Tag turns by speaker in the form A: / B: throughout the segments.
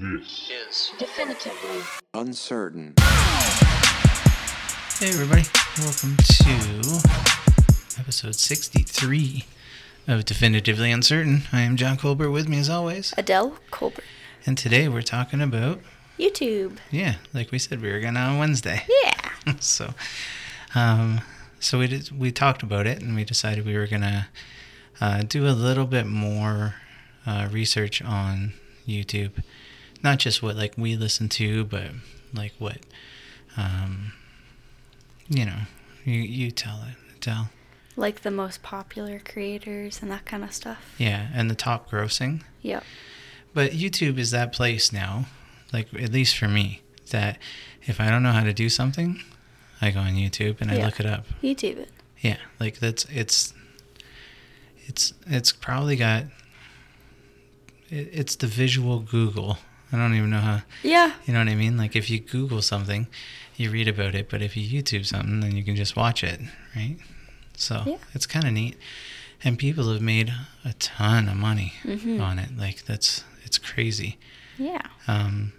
A: Yes.
B: Yes.
C: Definitively.
D: Uncertain.
E: Hey, everybody. Welcome to episode 63 of Definitively Uncertain. I am John Colbert with me as always.
C: Adele Colbert.
E: And today we're talking about,
C: YouTube.
E: yeah, like we said, we were going on Wednesday.
C: Yeah.
E: so, um, so we did, we talked about it and we decided we were going to uh, do a little bit more uh, research on YouTube. Not just what like we listen to, but like what, um, you know, you, you tell it, tell.
C: Like the most popular creators and that kind of stuff.
E: Yeah, and the top grossing.
C: Yep.
E: But YouTube is that place now, like at least for me, that if I don't know how to do something, I go on YouTube and I
C: Yeah.
E: look it up.
C: YouTube it.
E: Yeah, like that's it's it's it's probably got it, it's the visual Google. I don't even know how
C: Yeah.
E: you know what I mean. Like if you Google something, you read about it, but if you YouTube something, then you can just watch it, right? So
C: Yeah.
E: it's kind of neat, and people have made a ton of money
C: Mhm.
E: on it. Like that's it's crazy.
C: Yeah.
E: Um,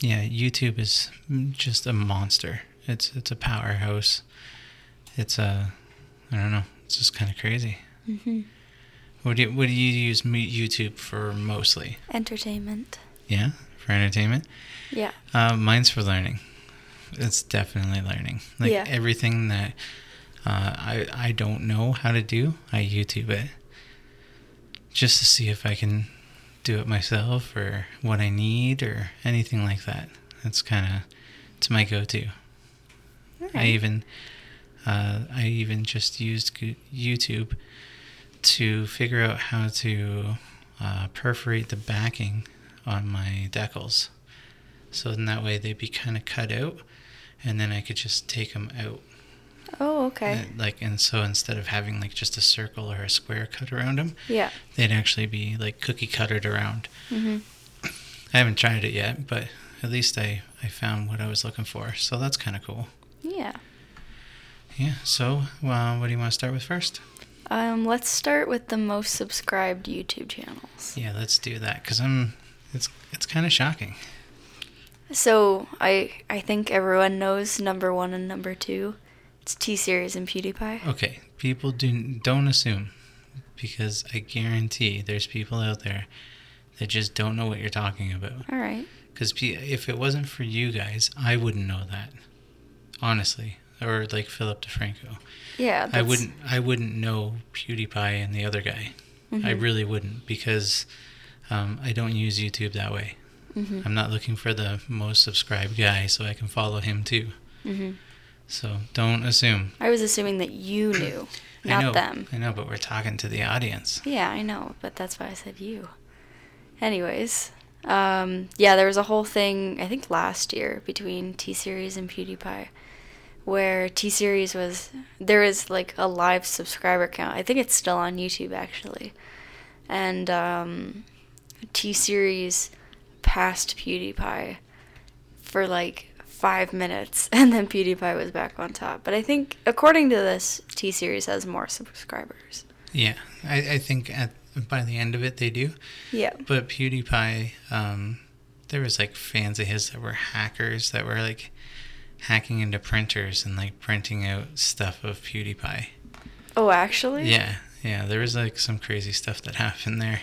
E: yeah, YouTube is just a monster. It's it's a powerhouse. It's a I don't know. It's just kind of crazy.
C: hmm
E: What do you, what do you use me- YouTube for mostly?
C: Entertainment.
E: Yeah, for entertainment.
C: Yeah.
E: Uh, mine's for learning. It's definitely learning. Like
C: Yeah.
E: everything that uh, I I don't know how to do, I YouTube it just to see if I can do it myself or what I need or anything like that. That's kind of it's my go-to.
C: All
E: I
C: right.
E: even uh, I even just used Goo- YouTube to figure out how to uh, perforate the backing on my decals, so in that way they'd be kind of cut out, and then I could just take them out.
C: oh, okay.
E: And, like and so instead of having like just a circle or a square cut around them,
C: Yeah.
E: they'd actually be like cookie cuttered around.
C: hmm
E: I haven't tried it yet, but at least I I found what I was looking for, so that's kind of cool.
C: Yeah.
E: Yeah. So, uh, what do you want to start with first?
C: Um, let's start with the most subscribed YouTube channels.
E: Yeah, let's do that because I'm. It's it's kind of shocking.
C: So I I think everyone knows number one and number two. It's T series and PewDiePie.
E: Okay, people do don't assume because I guarantee there's people out there that just don't know what you're talking about.
C: All right.
E: Because if it wasn't for you guys, I wouldn't know that. Honestly, or like Philip DeFranco,
C: Yeah.
E: I
C: that's-
E: wouldn't. I wouldn't know PewDiePie and the other guy. I
C: Mhm.
E: really wouldn't because um, I don't use YouTube that way.
C: Mhm.
E: I'm not looking for the most subscribed guy so I can follow him too.
C: Mhm.
E: So don't assume.
C: I was assuming that you knew,
E: I know,
C: not them.
E: I know, but we're talking to the audience.
C: Yeah, I know, but that's why I said you. Anyways, um, yeah, there was a whole thing, I think last year, between T Series and PewDiePie, where T Series was, there is like a live subscriber count. I think it's still on YouTube actually. And um, T Series passed PewDiePie for like five minutes, and then PewDiePie was back on top. But I think, according to this, T Series has more subscribers.
E: Yeah, I, I think at by the end of it they do.
C: Yeah.
E: But PewDiePie, um, there was like fans of his that were hackers that were like hacking into printers and like printing out stuff of PewDiePie.
C: Oh, actually?
E: Yeah, yeah, there was like some crazy stuff that happened there.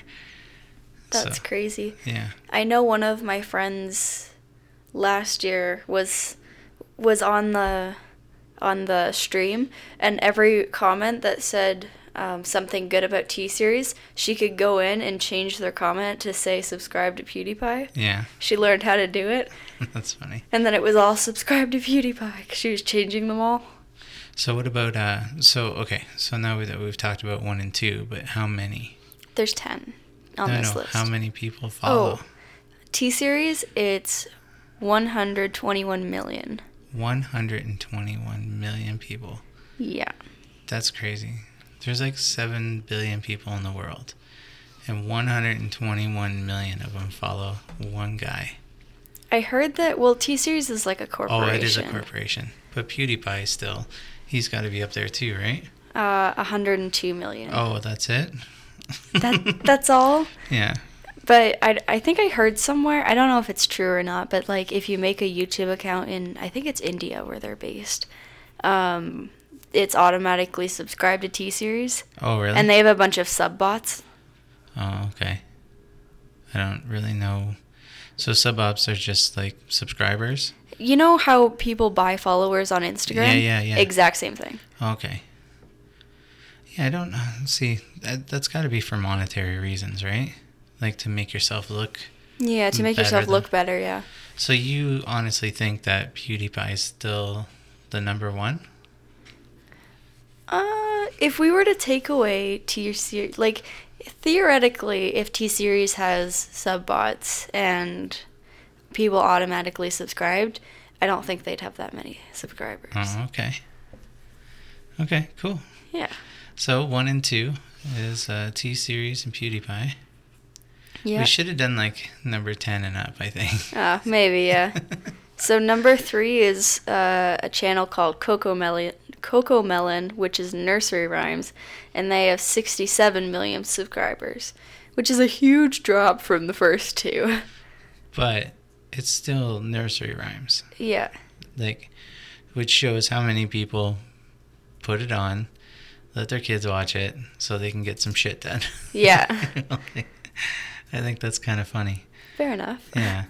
C: That's
E: so,
C: crazy.
E: yeah.
C: I know one of my friends last year was was on the on the stream and every comment that said um, something good about T series, she could go in and change their comment to say subscribe to PewDiePie.
E: Yeah,
C: She learned how to do it,
E: that's funny.
C: and then it was all subscribe to PewDiePie. 'cause She was changing them all.
E: So what about uh? So okay, so now that we've talked about one and two, but how many?
C: There's ten on
E: no,
C: this
E: no,
C: list. Oh.
E: how many people follow?
C: T series, it's 121 million.
E: 121 million people.
C: Yeah.
E: That's crazy. There's like 7 billion people in the world, and 121 million of them follow one guy.
C: I heard that. Well, T Series is like a corporation.
E: Oh, it is a corporation. But PewDiePie still, he's got to be up there too, right?
C: Uh, 102 million.
E: Oh, that's it?
C: That that's all.
E: yeah.
C: but I, I think I heard somewhere, I don't know if it's true or not, but like if you make a YouTube account in, I think it's India where they're based, um, it's automatically subscribed to T Series.
E: Oh, really?
C: And they have a bunch of sub bots.
E: Oh, okay. I don't really know. So subops are just like subscribers.
C: You know how people buy followers on Instagram?
E: Yeah, yeah, yeah.
C: Exact same thing.
E: Okay. Yeah, I don't uh, see. That, that's got to be for monetary reasons, right? Like to make yourself look.
C: Yeah, to make
E: Mm, Better
C: yourself
E: than-
C: look better, yeah.
E: So you honestly think that PewDiePie is still the number one?
C: Uh, if we were to take away T series, like theoretically, if T series has sub bots and people automatically subscribed, I don't think they'd have that many subscribers.
E: Oh, okay. Okay, cool.
C: Yeah,
E: So one and two is uh, T Series and PewDiePie.
C: yeah,
E: We should have done like number ten and up. I think.
C: uh, maybe yeah. so number three is uh, a channel called Coco Melon, Coco Melon, which is nursery rhymes, and they have sixty-seven million subscribers, which is a huge drop from the first two.
E: but it's still nursery rhymes.
C: yeah.
E: like which shows how many people put it on let their kids watch it so they can get some shit done
C: Yeah.
E: i think that's kind of funny
C: Fair enough.
E: yeah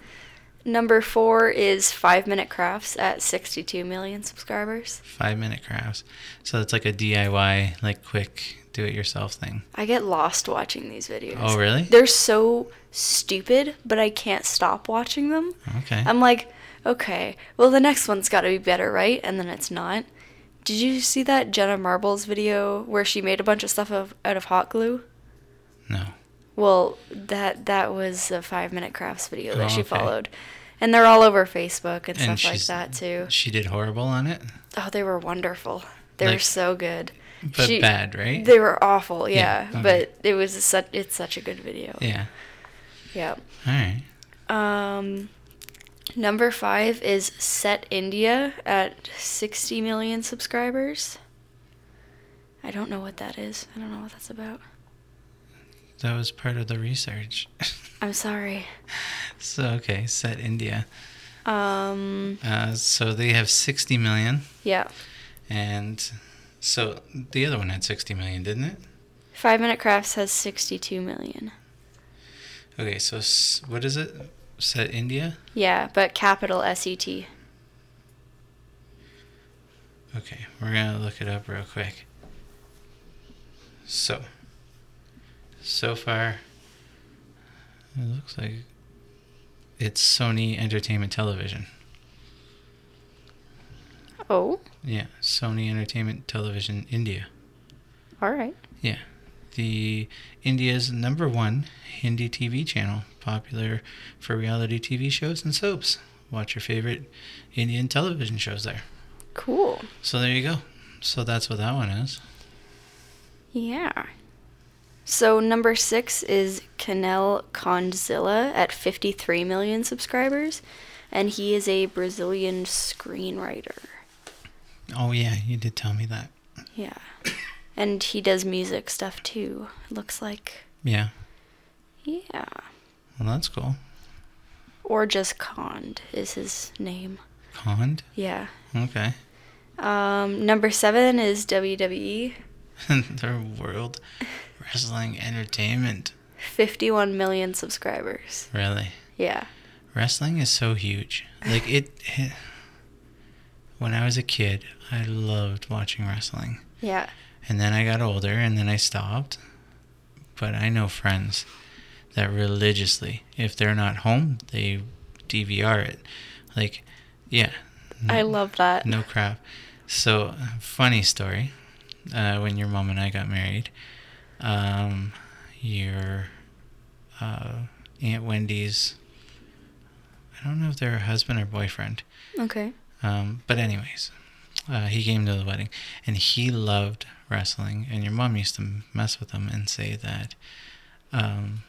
C: Number four is Five Minute Crafts at 62 million subscribers.
E: five minute crafts so it's like a diy like quick do it yourself thing
C: I get lost watching these videos.
E: oh really
C: They're so stupid, but I can't stop watching them.
E: okay
C: I'm like, okay, well, the next one's got to be better, right? And then it's not. Did you see that Jenna Marbles video where she made a bunch of stuff of, out of hot glue?
E: no
C: Well, that that was a five minute crafts video that
E: Oh,
C: she
E: okay.
C: followed, and they're all over Facebook and, stuff like
E: she's-
C: that too.
E: she did horrible on it
C: Oh, they were wonderful. They were
E: Like-
C: so good.
E: but
C: She-
E: bad right
C: They were awful, yeah.
E: Yeah, okay.
C: But it was such it's such a good video.
E: yeah
C: Yeah.
E: all right
C: Um number 5 is Set India at 60 million subscribers. I don't know what that is. I don't know what that's about.
E: that was part of the research
C: I'm sorry.
E: so okay set india
C: Um
E: uh, so they have 60 million
C: yeah.
E: And so the other one had 60 million, didn't it?
C: 5 Minute Crafts has 62 million.
E: Okay, so s- what is it? Set India?
C: Yeah, but capital S E T.
E: Okay, we're going to look it up real quick. So, so far, it looks like it's Sony Entertainment Television.
C: Oh,
E: Yeah, Sony Entertainment Television India.
C: all right.
E: Yeah. The India's number one Hindi TV channel, popular for reality TV shows and soaps. Watch your favorite Indian television shows there.
C: Cool.
E: So there you go. So that's what that one is.
C: Yeah. So number six is Canel Condzilla at 53 million subscribers, and he is a Brazilian screenwriter.
E: Oh yeah, you did tell me that.
C: Yeah. And he does music stuff too, it looks like.
E: Yeah.
C: Yeah.
E: Well, that's cool.
C: Or just Cond is his name.
E: Cond.
C: Yeah.
E: Okay.
C: Um, number seven is E, WWE,
E: Their World Wrestling Entertainment.
C: 51 million subscribers.
E: Really.
C: Yeah.
E: Wrestling is so huge. Like it when I was a kid, I loved watching wrestling.
C: Yeah.
E: And then I got older and then I stopped. But I know friends that religiously, if they're not home, they DVR it. Like, yeah.
C: I love that.
E: No crap. So, funny story. Uh, when your mom and I got married, um, your uh, Aunt Wendy's, I don't know if they're her husband or boyfriend,
C: Okay.
E: um, but anyways, uh, he came to the wedding, and he loved wrestling. And your mom used to mess with him and say that um,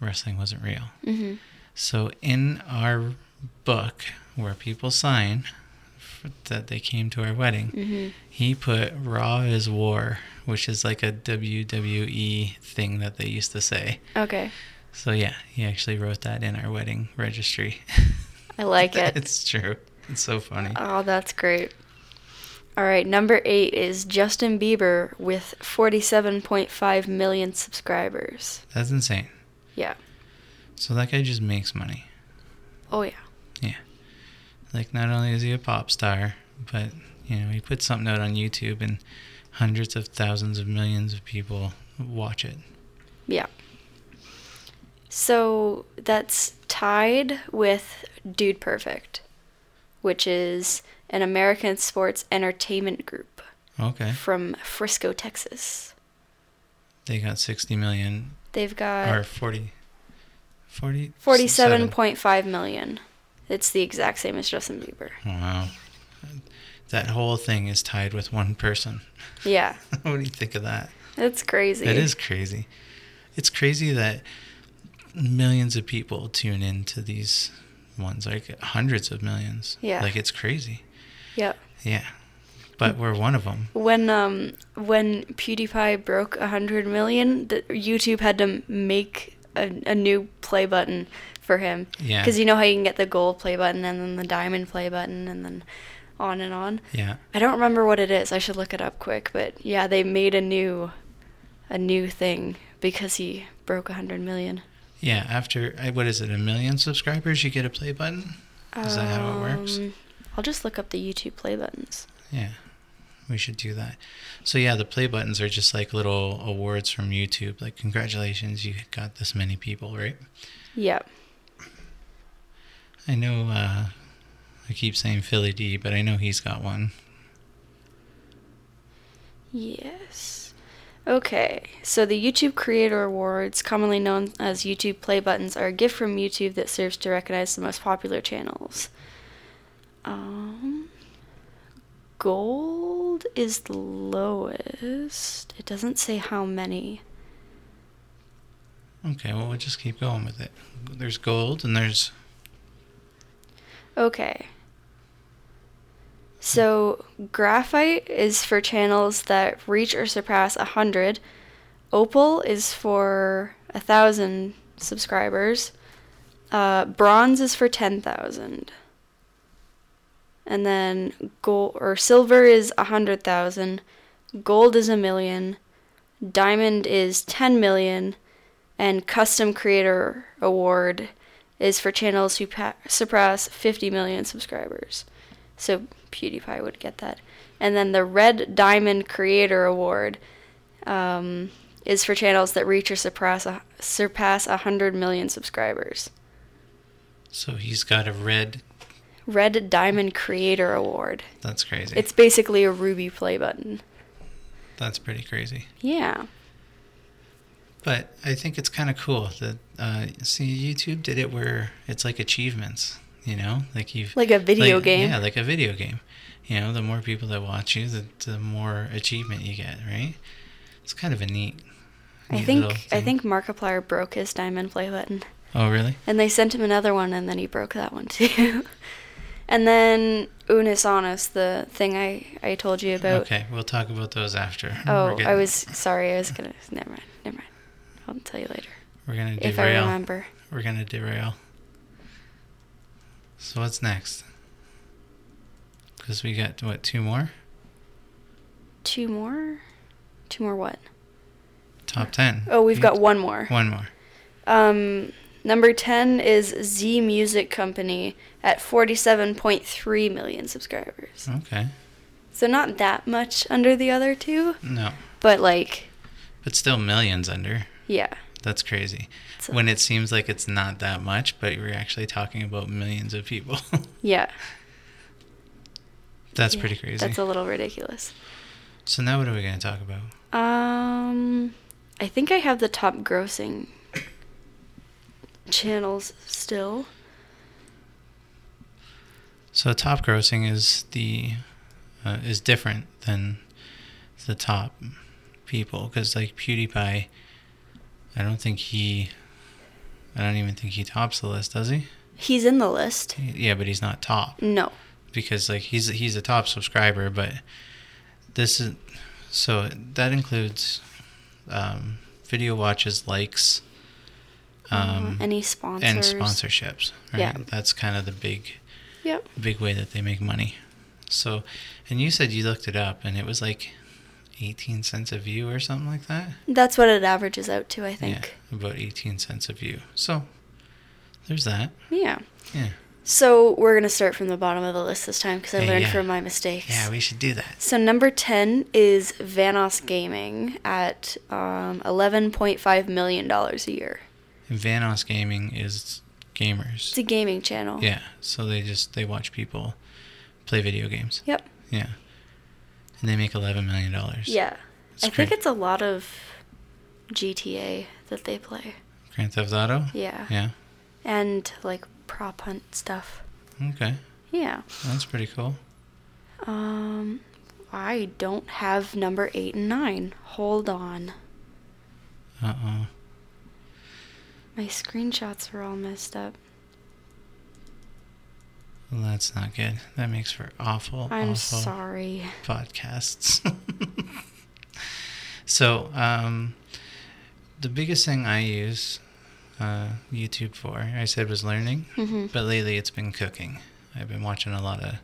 E: wrestling wasn't real.
C: Mm-hmm.
E: So in our book, where people sign f that they came to our wedding,
C: Mm-hmm.
E: he put "Raw is E War," which is like a WWE thing that they used to say.
C: Okay.
E: So yeah, he actually wrote that in our wedding registry.
C: I like it.
E: it's true. It's so funny.
C: Oh, that's great. All right, number eight is Justin Bieber with 47.5 million subscribers.
E: That's insane.
C: Yeah.
E: So that guy just makes money.
C: Oh, yeah.
E: Yeah. Like not only is he a pop star, but you know, he puts something out on YouTube and hundreds of thousands of millions of people watch it.
C: Yeah. So that's tied with Dude Perfect, which is an American sports entertainment group
E: Okay.
C: from Frisco, Texas.
E: They got 60 million
C: They've got
E: or 40 40
C: 47.5 million. It's the exact same as Justin Bieber.
E: Wow. That whole thing is tied with one person.
C: Yeah,
E: what do you think of that?
C: it's crazy.
E: It is crazy. It's crazy that millions of people tune into these ones, like hundreds of millions.
C: Yeah.
E: Like it's crazy.
C: Yeah.
E: Yeah. But we're one of them.
C: When um when PewDiePie broke 100 million, the, YouTube had to make a, a new play button for him.
E: Yeah.
C: Because you know how you can get the gold play button and then the diamond play button and then on and on.
E: Yeah.
C: I don't remember what it is. I should look it up quick. But yeah, they made a new, a new thing because he broke 100 million.
E: Yeah. After, I- what is it, a million subscribers, you get a play button? Is that how it works?
C: Um, I'll just look up the YouTube play buttons.
E: Yeah. We should do that. So, yeah, the play buttons are just like little awards from YouTube. Like, congratulations, you got this many people, right?
C: Yeah.
E: I know, uh, I keep saying Philly D, but I know he's got one.
C: Yes. Okay, so the YouTube Creator Awards, commonly known as YouTube Play Buttons, are a gift from YouTube that serves to recognize the most popular channels. Um, gold is the lowest. It doesn't say how many.
E: Okay, well, we'll just keep going with it. There's gold and there's.
C: Okay. So, graphite is for channels that reach or surpass 100. Opal is for 1,000 subscribers. Uh, bronze is for 10,000. And then gold or silver is 100,000. Gold is a million. Diamond is 10 million. And custom creator award is for channels who pa- surpass 50 million subscribers. So PewDiePie would get that. And then the Red Diamond Creator Award um, is for channels that reach or surpass a, surpass 100 million subscribers.
E: So he's got a red.
C: Red Diamond Creator Award.
E: That's crazy.
C: It's basically a Ruby play button.
E: That's pretty crazy.
C: Yeah.
E: But I think it's kind of cool that, uh, see, YouTube did it where it's like achievements, you know? Like you've.
C: Like a video
E: like-
C: game.
E: Yeah, like a video game. You know, the more people that watch you, the, the more achievement you get, right? It's kind of a neat.
C: I
E: neat
C: think
E: little
C: I
E: thing.
C: think Markiplier broke his diamond play button.
E: Oh, really?
C: And they sent him another one, and then he broke that one too. and then Unis Honus, the thing I, I told you about.
E: okay, we'll talk about those after. We're
C: Oh, I
E: getting-
C: was sorry. I was gonna. Never mind. Never mind. I'll tell you later
E: We're gonna
C: if I
E: derail.
C: remember.
E: We're gonna derail. So what's next? Because we got what two more
C: Two more. Two more. What?
E: top ten.
C: Oh, we've
E: You-
C: got one more.
E: one more.
C: Um, number ten is Z Music Company at forty-seven point three million subscribers.
E: Okay,
C: So not that much under the other two,
E: no,
C: but like,
E: but still millions under.
C: yeah.
E: That's crazy.
C: It's a-
E: when it seems like it's not that much, but you're actually talking about millions of people.
C: Yeah.
E: That's
C: Yeah,
E: pretty crazy.
C: That's a little ridiculous.
E: so now what are we gonna talk about?
C: Um, I think I have the top grossing channels still.
E: So top grossing is the uh, is different than the top people because like PewDiePie, I don't think he, I don't even think he tops the list, does he?
C: He's in the list.
E: Yeah, but he's not top
C: No.
E: because like he's he's a top subscriber, but this is so that includes um, video watches, likes, um,
C: Mm-hmm. Uh-huh. any sponsors?
E: and sponsorships. Right?
C: Yeah.
E: That's kind of the big
C: Yep.
E: big way that they make money. So, and you said you looked it up, and it was like eighteen cents a view or something like that.
C: That's what it averages out to, I think.
E: Yeah, about eighteen cents a view. So, there's that.
C: Yeah.
E: Yeah.
C: So we're gonna start from the bottom of the list this time because I
E: Hey,
C: learned
E: yeah.
C: from my mistakes.
E: Yeah, we should do that.
C: So number ten is Vanos Gaming at um, eleven point five million dollars a year.
E: Vanos Gaming is gamers.
C: It's a gaming channel.
E: Yeah. So they just they watch people play video games.
C: Yep.
E: Yeah. And they make eleven million dollars.
C: Yeah.
E: It's
C: I
E: great.
C: think it's a lot of GTA that they play.
E: Grand Theft Auto.
C: Yeah.
E: Yeah.
C: And like prop hunt stuff.
E: Okay.
C: Yeah.
E: That's pretty cool.
C: Um I don't have number 8 and 9. Hold on.
E: Uh oh.
C: My screenshots are all messed up.
E: Well, that's not good. That makes for awful,
C: I'm
E: awful
C: sorry.
E: podcasts. so, um, the biggest thing I use uh, YouTube for, I said, was learning,
C: Mhm.
E: but lately it's been cooking. I've been watching a lot of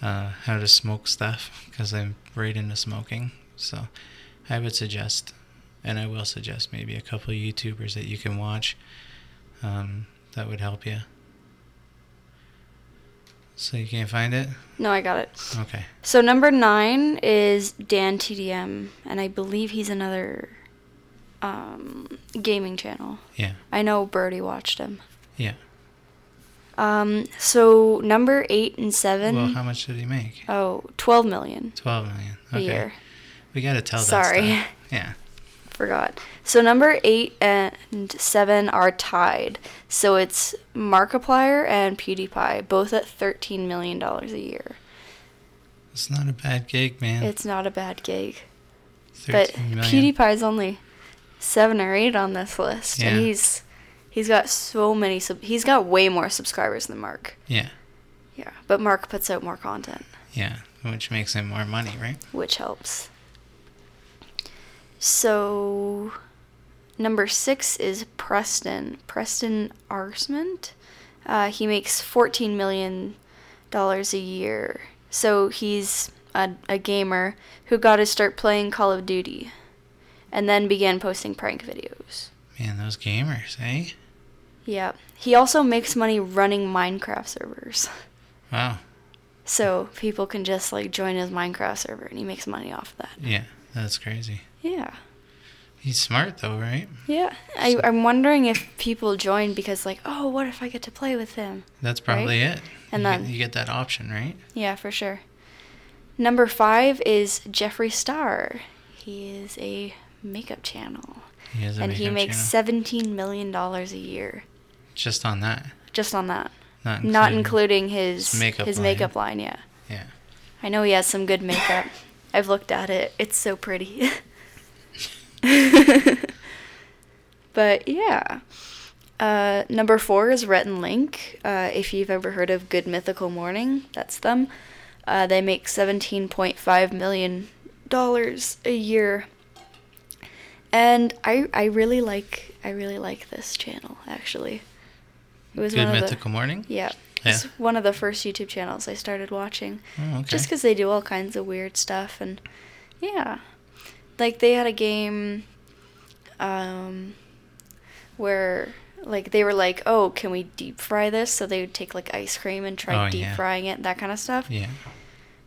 E: uh, how to smoke stuff because I'm right into smoking. So, I would suggest, and I will suggest, maybe a couple YouTubers that you can watch um, that would help you. So, you can't find it?
C: No, I got it.
E: Okay.
C: So number 9 is Dan TDM and I believe he's another um gaming channel.
E: Yeah.
C: I know Birdie watched him.
E: Yeah.
C: Um so number 8 and 7
E: well, how much did he make?
C: Oh, 12 million
E: Twelve million.
C: a
E: Okay.
C: year.
E: We gotta tell that.
C: Sorry.
E: stuff. Yeah.
C: Forgot. So number 8 and 7 are tied. So it's Markiplier and PewDiePie, both at $13 million a year.
E: It's not a bad gig, man.
C: It's not a bad gig. But
E: 13 million.
C: PewDiePie's only 7 or 8 on this list. And
E: Yeah.
C: he's he's got so many sub- he's got way more subscribers than Mark.
E: Yeah.
C: Yeah. But Mark puts out more content.
E: Yeah. Which makes him more money, right?
C: which helps. So, number six is Preston. Preston Arsment. Uh, he makes fourteen million dollars a year. So he's a, a gamer who got to start playing Call of Duty, and then began posting prank videos.
E: Man, those gamers, eh?
C: Yeah, he also makes money running Minecraft servers.
E: Wow.
C: So people can just like join his Minecraft server, and he makes money off that.
E: Yeah. That's crazy.
C: Yeah.
E: He's smart though, right?
C: Yeah, I, I'm wondering if people join because, like, oh, what if I get to play with him?
E: That's probably it.
C: And
E: you
C: then-
E: get, you get that option, right?
C: Yeah, for sure. Number five is Jeffree Star. He is a makeup channel,
E: He has a
C: and he
E: makeup
C: makes
E: channel.
C: seventeen million dollars a year
E: just on that.
C: just on that,
E: Not including,
C: not including his
E: his makeup
C: his
E: line.
C: makeup line. Yeah,
E: Yeah.
C: I know he has some good makeup. I've looked at it; it's so pretty. But yeah. Uh, number four is Rhett and Link. Uh, if you've ever heard of Good Mythical Morning, that's them. Uh, they make $17.5 million a year. And I, I really like I really like this channel actually. It was
E: Good
C: one of
E: Mythical Morning.
C: the yeah,
E: Yeah.
C: It's one of the first YouTube channels I started watching.
E: Oh, okay.
C: Just 'cause they do all kinds of weird stuff and yeah like they had a game um where like they were like oh can we deep fry this so they would take like ice cream and try
E: Oh,
C: deep
E: yeah.
C: frying it that kind of stuff
E: Yeah.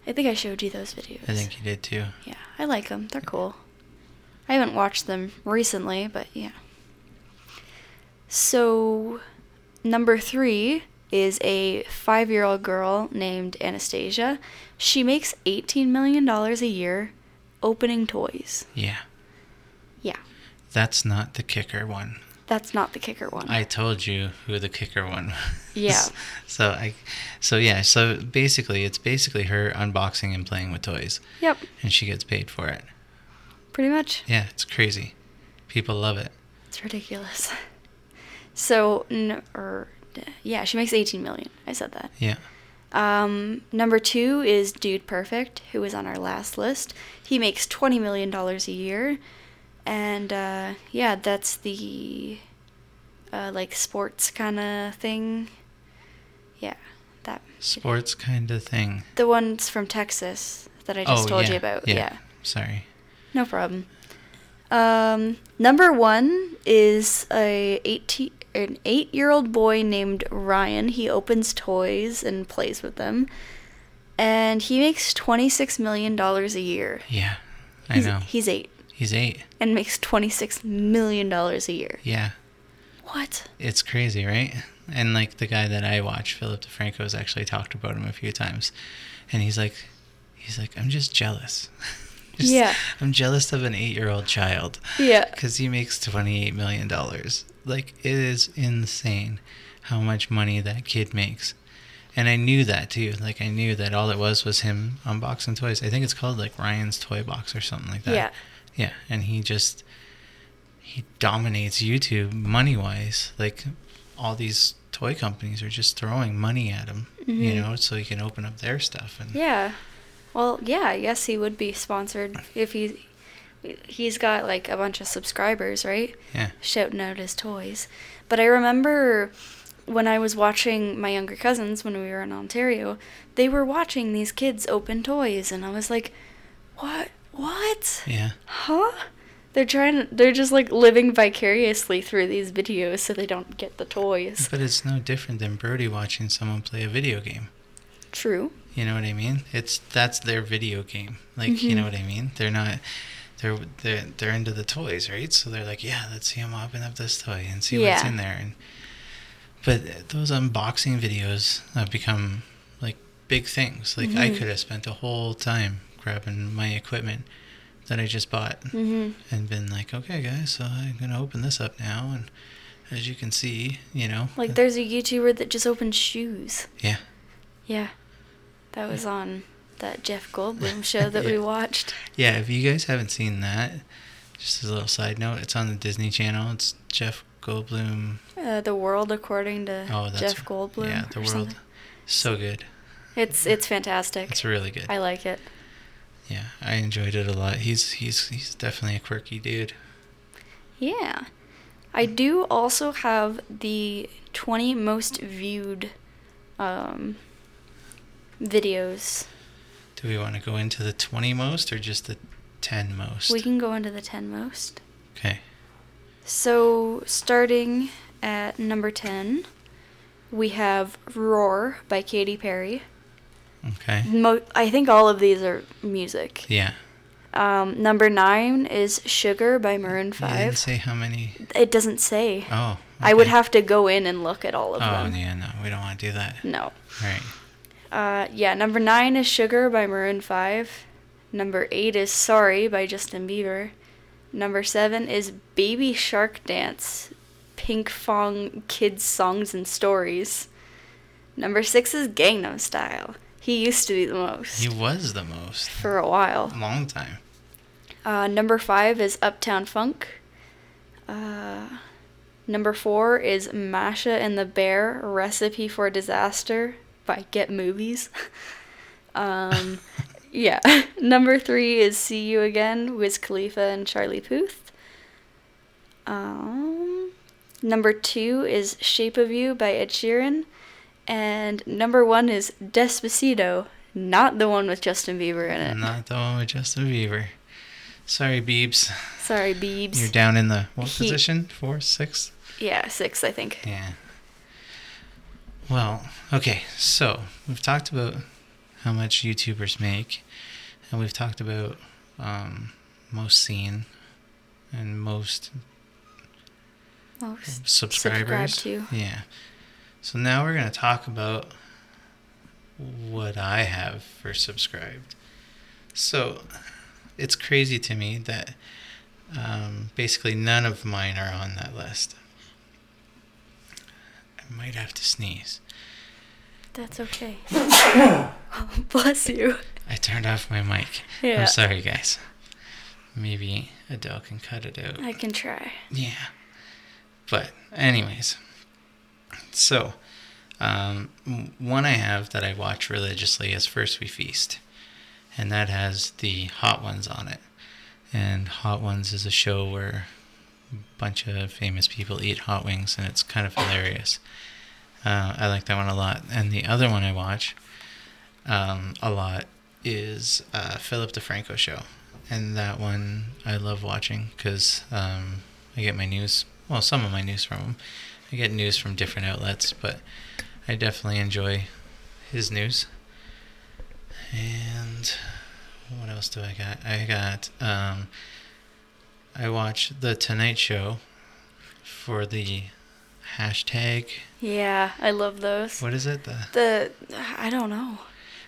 C: i think i showed you those videos
E: I think he did too.
C: yeah i like them they're cool i haven't watched them recently but yeah so number three is a five-year-old girl named anastasia she makes $18 million a year opening toys
E: Yeah.
C: yeah
E: That's not the kicker one.
C: That's not the kicker one.
E: I told you who the kicker one was.
C: Yeah.
E: So I so yeah, so basically it's basically her unboxing and playing with toys
C: Yep,
E: and she gets paid for it.
C: pretty much.
E: Yeah, it's crazy. People love it.
C: It's ridiculous. So, n- or yeah, she makes 18 million. I said that.
E: Yeah.
C: Um, number two is Dude Perfect, who was on our last list. He makes 20 million dollars a year, and uh, yeah, that's the uh, like sports kind of thing. Yeah, that.
E: Sports kind of thing.
C: The ones from Texas that I just
E: Oh,
C: told
E: yeah,
C: you about.
E: yeah.
C: yeah.
E: Sorry.
C: No problem. Um, number one is a 18, an eight-year-old boy named Ryan. He opens toys and plays with them, and he makes twenty-six million dollars a year.
E: Yeah, I
C: he's,
E: know.
C: He's eight
E: He's eight.
C: and makes twenty-six million dollars a year.
E: Yeah,
C: What?
E: it's crazy, right? And like the guy that I watch, Philip DeFranco, has actually talked about him a few times, and he's like, he's like, I'm just jealous. Just-
C: Yeah.
E: I'm jealous of an eight-year-old child.
C: Yeah.
E: Because he makes $28 million. Like, it is insane how much money that kid makes. And I knew that too. Like, I knew that all it was was him unboxing toys. I think it's called like Ryan's Toy Box or something like that.
C: Yeah.
E: Yeah. And he just, he dominates YouTube money wise. Like, all these toy companies are just throwing money at him, you
C: Mhm.
E: know, so he can open up their stuff. And
C: Yeah. Well, yeah, I guess he would be sponsored if he he's got like a bunch of subscribers, right?
E: yeah.
C: shouting out his toys. But I remember when I was watching my younger cousins when we were in Ontario, they were watching these kids open toys, and I was like, "What? What?
E: Yeah.
C: Huh?" They're trying. They're just like living vicariously through these videos, so they don't get the toys.
E: But it's no different than Birdie watching someone play a video game.
C: True.
E: You know what I mean? It's that's their video game. Like you
C: Mhm.
E: know what I mean? They're not. They're they're they're into the toys, right? So they're like, yeah, let's see him open up this toy and see what's
C: Yeah.
E: in there. And but those unboxing videos have become like big things. Like I
C: Mhm.
E: could have spent a whole time grabbing my equipment that I just bought
C: Mm-hmm.
E: and been like, okay, guys, so I'm gonna open this up now, and as you can see, you know,
C: Like
E: it-
C: there's a YouTuber that just opens shoes.
E: yeah.
C: Yeah, that was on that Jeff Goldblum show that
E: Yeah.
C: we watched.
E: Yeah, if you guys haven't seen that, just as a little side note, it's on the Disney Channel. It's Jeff Goldblum.
C: Uh, the world according to
E: Oh, that's
C: Jeff Goldblum.
E: Yeah, the
C: or
E: world.
C: something.
E: So good.
C: It's it's fantastic.
E: It's really good.
C: I like it.
E: yeah, I enjoyed it a lot. He's he's he's definitely a quirky dude.
C: Yeah. I do also have the 20 most viewed um, videos.
E: Do we want to go into the twenty most or just the ten most?
C: We can go into the 10 most.
E: Okay.
C: So, starting at number 10, we have Roar by Katy Perry.
E: Okay.
C: Mo- I think all of these are music.
E: Yeah.
C: Um, number 9 is Sugar by Maroon
E: You didn't
C: 5.
E: say how many.
C: It doesn't say.
E: Oh.
C: I would
E: okay.
C: have to go in and look at all of
E: Oh
C: them.
E: yeah, no, we don't want to do that.
C: No.
E: All right.
C: Uh, yeah, number nine is Sugar by Maroon 5. Number eight is Sorry by Justin Bieber. Number seven is Baby Shark Dance, Pink Fong Kids Songs and Stories. Number six is Gangnam Style. He used to be the most
E: He was the most.
C: for a while.
E: long time.
C: Uh, number five is Uptown Funk. Uh, number four is Masha and the Bear Recipe for Disaster by Get Movies. um, yeah. number three is See You Again, Wiz Khalifa and Charlie Puth. Um, number two is Shape of You by Ed Sheeran. And number one is Despacito, not the one with Justin Bieber in it.
E: Not the one with Justin Bieber. Sorry, Biebs.
C: Sorry, Biebs.
E: You're down in the what
C: He-
E: position? Four, six?
C: Yeah, six, I think.
E: Yeah. Well, okay, so we've talked about how much YouTubers make, and we've talked about um, most seen and most
C: Most.
E: subscribers.
C: Subscribe
E: Yeah. So now we're going to talk about what I have for subscribed. So it's crazy to me that um, basically none of mine are on that list. I might have to sneeze.
C: That's okay. Bless you.
E: I turned off my mic.
C: Yeah.
E: I'm sorry, guys. Maybe Adele can cut it out.
C: I can try.
E: Yeah. But, anyways. So, um, w- one I have that I watch religiously is First We Feast. And that has the Hot Ones on it. And Hot Ones is a show where bunch of famous people eat hot wings, and it's kind of hilarious. Uh, I like that one a lot. And the other one I watch um, a lot is uh, Philip DeFranco show, and that one I love watching because um, I get my news. Well, some of my news from him. I get news from different outlets, but I definitely enjoy his news. And what else do I got? I got um, I watch the Tonight Show for the hashtag.
C: Yeah, I love those.
E: What is it? The
C: The I don't know.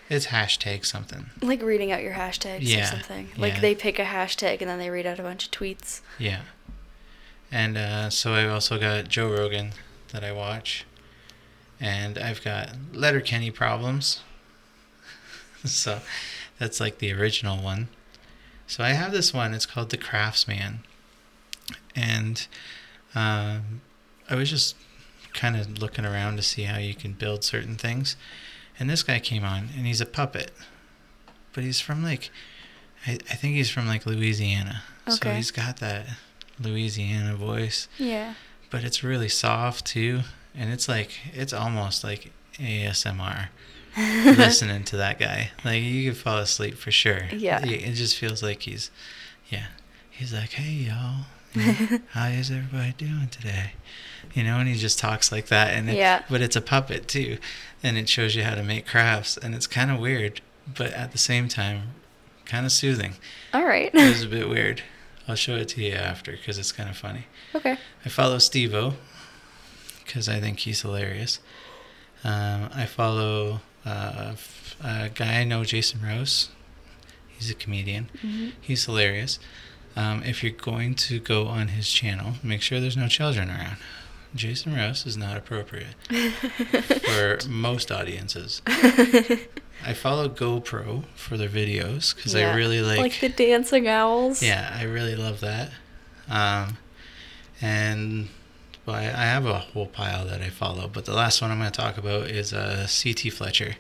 E: it's hashtag something.
C: Like reading out your hashtags or
E: Yeah,
C: something. Like
E: yeah.
C: they pick a hashtag and then they read out a bunch of tweets.
E: Yeah. And uh, so I also got Joe Rogan that I watch, and I've got Letterkenny problems. so that's like the original one. So I have this one. It's called The Craftsman, and um, I was just kind of looking around to see how you can build certain things, and this guy came on, and he's a puppet, but he's from like, I, I think he's from like Louisiana. So
C: Okay.
E: he's got that Louisiana voice,
C: Yeah.
E: but it's really soft too, and it's like it's almost like ASMR. listening to that guy, like you could fall asleep for sure.
C: Yeah.
E: it it just feels like he's, yeah, he's like, hey y'all, you know, how is everybody doing today? You know, and he just talks like that, and it-
C: Yeah.
E: but it's a puppet too, and it shows you how to make crafts, and it's kind of weird, but at the same time, kind of soothing
C: All right.
E: it was a bit weird. I'll show it to you after because it's kind of funny.
C: okay.
E: I follow Stevo because I think he's hilarious. Um, I follow uh, f- a guy I know, Jason Rose. He's a comedian.
C: Mhm.
E: He's hilarious. Um, if you're going to go on his channel, make sure there's no children around. Jason Rose is not appropriate for most audiences. I follow GoPro for their videos because
C: Yeah.
E: I really
C: like the dancing owls.
E: yeah, I really love that. Um, and well, I, I have a whole pile that I follow, but the last one I'm going to talk about is uh, C.T. Fletcher.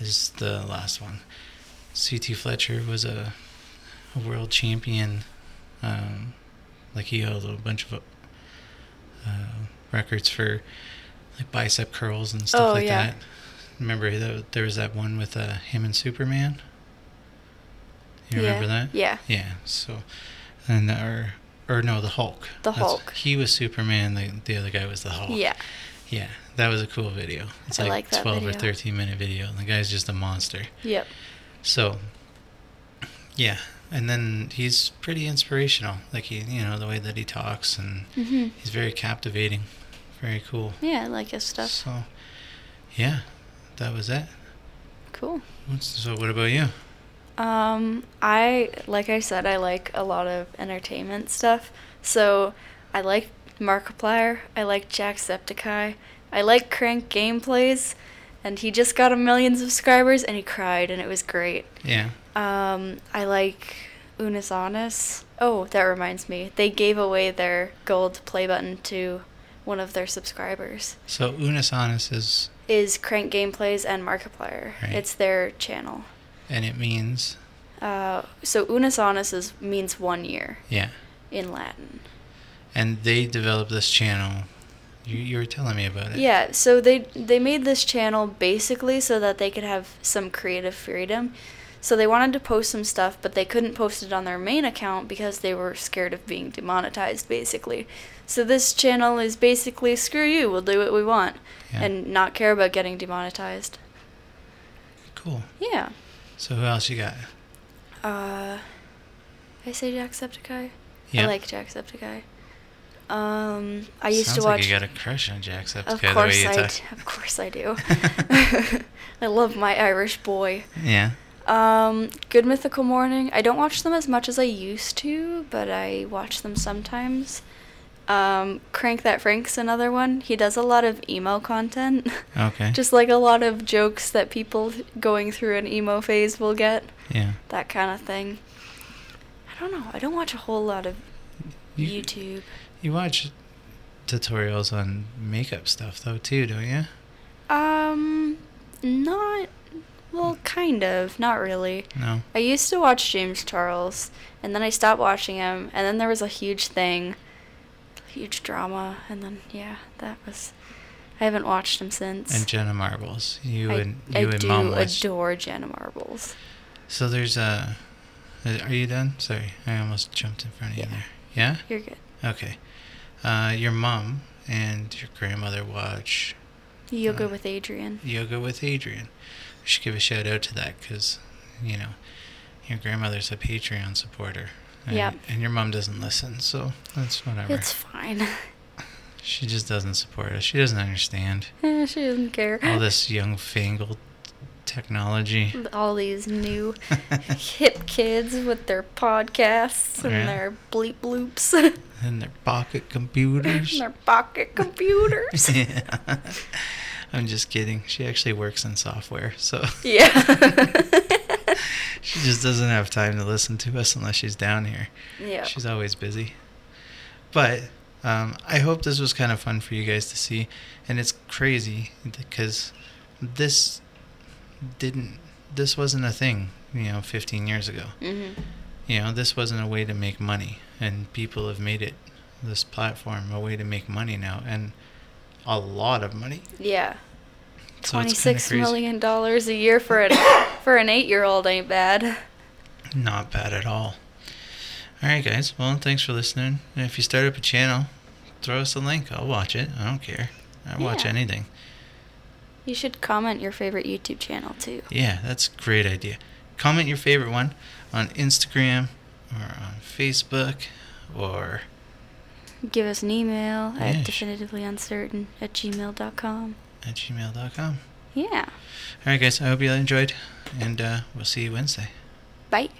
E: Is the last one. C.T. Fletcher was a, a world champion. Um, like he held a bunch of uh, records for like bicep curls and stuff
C: Oh,
E: like
C: yeah.
E: that. Remember that there was that one with uh, him and Superman. You remember
C: yeah.
E: that?
C: Yeah.
E: Yeah. So, and the- or or no, the Hulk.
C: The
E: That's-
C: Hulk.
E: He was Superman. The the other guy was the Hulk.
C: Yeah.
E: Yeah, that was a cool video. It's
C: I
E: like,
C: like that
E: twelve or
C: video.
E: thirteen minute video, and the guy's just a monster.
C: Yep.
E: So, yeah, and then he's pretty inspirational. Like he, you know, the way that he talks, and
C: Mhm.
E: he's very captivating, very cool.
C: Yeah, I like his stuff.
E: So, yeah, that was it.
C: Cool.
E: What's, so, what about you?
C: Um, I like I said, I like a lot of entertainment stuff. So I like Markiplier. I like Jacksepticeye. I like Crank gameplays, and he just got a million subscribers, and he cried, and it was great.
E: Yeah.
C: Um, I like Unis Honest. Oh, that reminds me, they gave away their gold play button to one of their subscribers.
E: So, Unisonus is,
C: Is Crank Gameplays and Markiplier.
E: Right.
C: It's their channel.
E: and it means,
C: Uh, so Unis Honest is means one year.
E: yeah.
C: in Latin.
E: and they developed this channel. You, you were telling me about it.
C: Yeah, so they they made this channel basically so that they could have some creative freedom. So they wanted to post some stuff, but they couldn't post it on their main account because they were scared of being demonetized basically. So this channel is basically screw you, we'll do what we want
E: Yeah.
C: and not care about getting demonetized.
E: Cool.
C: Yeah.
E: So who else you got?
C: Uh I say Jacksepticeye. I
E: Yeah.
C: like Jacksepticeye. Um I used
E: Sounds
C: to watch
E: Like you got a crush on Jacksepticeye.
C: Of
E: the way
C: course
E: you
C: I,
E: talk.
C: d- of course I do. I love my Irish boy.
E: yeah.
C: Um, Good Mythical Morning. I don't watch them as much as I used to, but I watch them sometimes. Um, Crank That Frank's another one. He does a lot of emo content.
E: Okay.
C: Just like a lot of jokes that people going through an emo phase will get.
E: Yeah.
C: That kind of thing. I don't know. I don't watch a whole lot of
E: You-
C: YouTube.
E: You watch tutorials on makeup stuff though too, don't you?
C: Um, not. Well, kind of. Not really.
E: No.
C: I used to watch James Charles, and then I stopped watching him, and then there was a huge thing huge drama, and then yeah, that was. I haven't watched him since.
E: And Jenna Marbles, you
C: I,
E: and
C: I
E: you and
C: do
E: mom watched.
C: adore Jenna Marbles.
E: So there's a. Are you done? Sorry, I almost jumped in front of
C: Yeah.
E: you there.
C: You're good.
E: Yeah. Okay. Uh, your mom and your grandmother watch
C: Yoga
E: Uh,
C: with Adrian.
E: Yoga with Adrian. We should give a shout out to that because, you know, your grandmother's a Patreon supporter. And,
C: Yep.
E: And your mom doesn't listen, so that's whatever.
C: It's fine.
E: she just doesn't support us. She doesn't understand
C: Eh, she doesn't care.
E: all this young fangled technology.
C: All these new hip kids with their podcasts and
E: Yeah.
C: their bleep bloops and
E: and their pocket computers.
C: their pocket computers.
E: yeah. I'm just kidding. She actually works in software, so
C: yeah.
E: she just doesn't have time to listen to us unless she's down here.
C: yeah.
E: She's always busy. But um, I hope this was kind of fun for you guys to see. And it's crazy because this didn't, this wasn't a thing, you know, 15 years ago.
C: Mm-hmm.
E: You know, this wasn't a way to make money. And people have made it, this platform, a way to make money now. And a lot of money.
C: Yeah.
E: So
C: Twenty
E: it's kinda
C: six
E: crazy.
C: million dollars a year for an for an eight year old ain't bad.
E: Not bad at all. All right, guys. Well, thanks for listening. And if you start up a channel, throw us a link. I'll watch it. I don't care. I watch
C: Yeah.
E: anything.
C: You should comment your favorite YouTube channel too.
E: Yeah, that's a great idea. Comment your favorite one on Instagram or on Facebook or
C: Give us an email
E: Yeah,
C: at
E: sh-
C: definitively uncertain at gmail.com.
E: at gmail.com.
C: Yeah.
E: All right, guys. I hope you enjoyed, and uh, we'll see you Wednesday.
C: Bye.